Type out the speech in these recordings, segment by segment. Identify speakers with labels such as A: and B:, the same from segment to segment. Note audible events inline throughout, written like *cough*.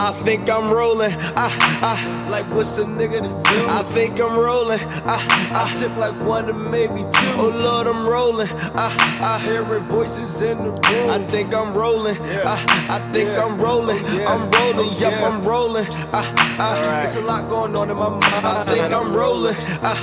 A: I think I'm rolling. I, I, like what's a nigga to do? I think I'm rolling. I, I tip like one to maybe two. Oh Lord, I'm rolling. I, I hearing voices in the room. I think I'm rolling. ah, I, I think I'm rolling. I'm rolling. Yup, I'm rolling. I, I, it's a lot going on in my mind. I think I'm rolling. I,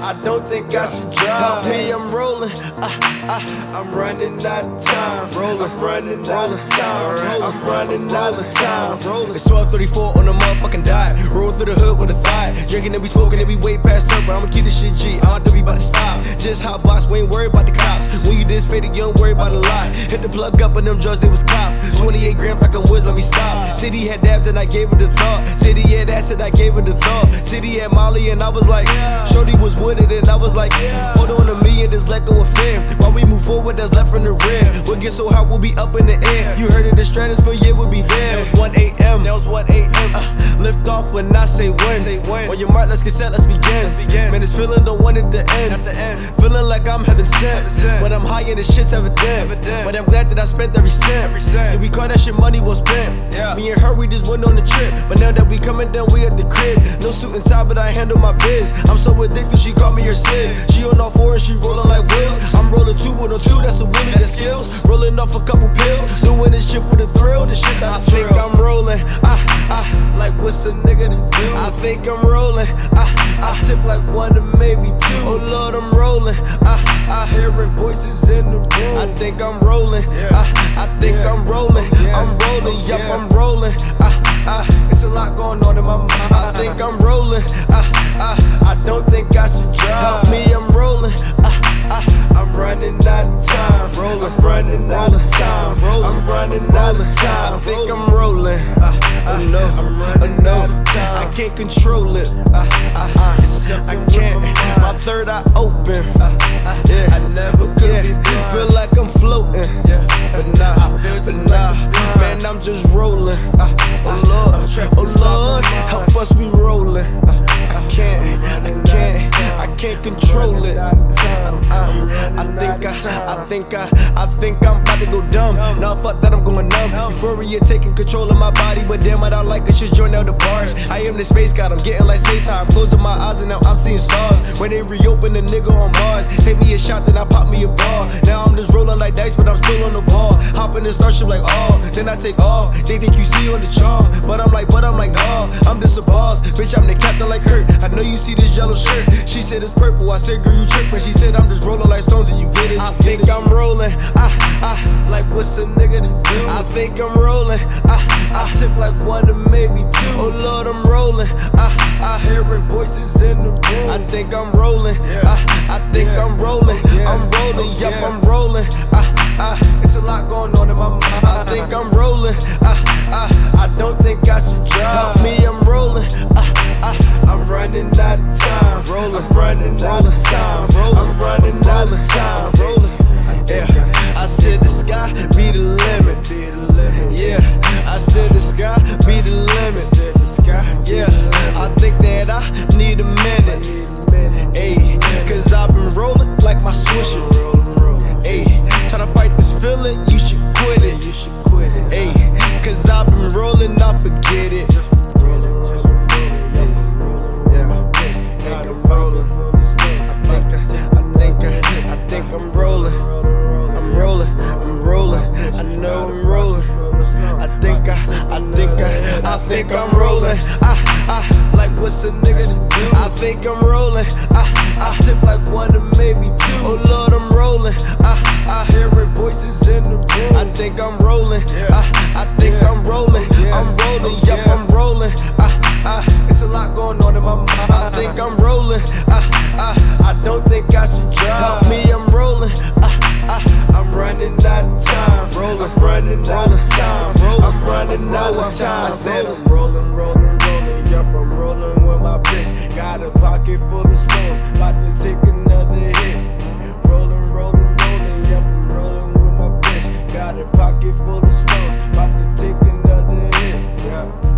A: I, I don't think I should drive. Me, I'm rolling. I, I, I'm running out of time. Rolling, running out of time. I'm running out of time. Rolling. It's 12:34 on the motherfucking dot. Rolling through the hood with a thought. Drinking and we smoking and we way past up. But I'ma keep this shit G. I don't think we about to stop. Just hot box, we ain't worried about the cops. When you this faded, you don't worry about a lot. Hit the plug up and them drugs, they was cops. 28 grams like a whiz, let me stop. City had dabs and I gave her the thought. City had acid, I gave her the thought. City had Molly and I was like, Shorty was with it and I was like, Hold on a million, just let go of fear. While we move forward, that's left from the rear. We'll get so hot, we'll be up in the air. You heard it, the stratosphere, yeah, we'll be there. It was 1 a.m. That was 1 a.m. Uh, lift off when I say when. On your mark, let's get set, let's begin. Man, this feeling don't want it to end. Feeling like I'm heaven sent. But I'm high and the shit's evident. But I'm glad that I spent every cent. And we call that shit money well spent. Me and her, we just went on the trip. But now that we coming down, we at the crib. No suit and tie, but I handle my biz. I'm so addicted, she call me her sis. She on all four and she rolling like wheels. I'm rolling two one on two, that's a willie that skills. Rolling off a couple pills, doing this shit for the thrill. This shit that I think I'm rolling. I, I like what's a nigga to do? I think I'm rolling. I, I tip like one to maybe two. Oh Lord, I'm rolling. I, I hearing voices in the room. I think I'm rolling. Ah, I, I think I'm rolling. I'm rolling. Yup, I'm rolling. I, I, it's a lot going on in my mind. *laughs* I think I'm rolling. I, I, I don't think I should drive. Me, I'm rolling. I, I, I'm running out of time. Rolling, I'm running out of time. Rolling, I'm running out of time. I think I'm rolling. I, I know, I'm running out of time. I can't control it. I, I, I, I can't. My third eye open. Yeah, I never could yeah. be blind. Feel like I'm floating. Yeah, but nah, I feel but nah. Man, I'm just rolling. I, oh Lord, oh Lord, help us be rolling. Ah, I, I can't, I can't, I can't control it. Ah, I, I think I, I think I, I think I'm about to go dumb. Nah, fuck that, I'm going numb. Euphoria taking control of my body, but damn it, I like it. Just join out the bars. I am the space god, I'm getting like space high. I'm closing my eyes and now I'm seeing stars. When they reopen, the nigga on Mars. Take me a shot, then I pop me a ball. Now I'm just rolling like dice, but I'm still on the ball. Hop in the starship like all, oh. then I take off. They think you see on the charm, but I'm like, but I'm like, nah, I'm just a boss. Bitch, I'm the captain like Kurt. I know you see this yellow shirt. She said it's purple, I said, girl, you tripping. She said, I'm just rolling like stones and you get it. I think I'm rolling. I, I, like what's a nigga to do? I think I'm rolling. I, I tip like one to maybe two. Oh Lord, I'm rolling. Ah, I, I hearing voices in the room. I think I'm rolling. I, I think I'm rolling. I'm rolling. Yup, I'm rolling. I, I, it's a lot going on in my mind. I think I'm rolling. I, I, I don't think I should drive. Me, I'm rolling. I, I, I'm running out of time. Rolling, I'm running out of time. Rolling, I'm running out of time. Rolling. Yeah, I said the sky be the limit. Yeah, I said the sky be the limit. Yeah, I think that I need a minute. Ayy, cause I've been rolling like my swisher. Ayy, tryna fight this feeling, you should quit it. You should quit it. Ayy, cause I've been rolling, I forget it. Yeah, I think I'm rolling. I think I, I think I, I think I'm rolling. I'm rolling, I'm rolling. I know I'm rolling. I think I, I think I, I think I'm rolling. I, I like what's a nigga to do? I think I'm rolling. I, I tip like one to maybe two. Oh Lord, I'm rolling. I, I hearing voices in the room. I think I'm rolling. I, I think I'm rolling. I'm rolling. Yup, I'm rolling. I, I, it's a lot going on in my mind. I think I'm rolling. I, I, I don't think I should drive. Me, I'm rolling. I, I, I'm running out of time. Rolling, I'm running out of time. Rolling, I'm running out of time. I said I'm rolling, rolling, rolling. Yup, I'm rolling with my bitch. Got a pocket full of stones. About to take another hit. Rolling, rolling, rolling. Yup, I'm rolling with my bitch. Got a pocket full of stones. About to take another hit. Yeah.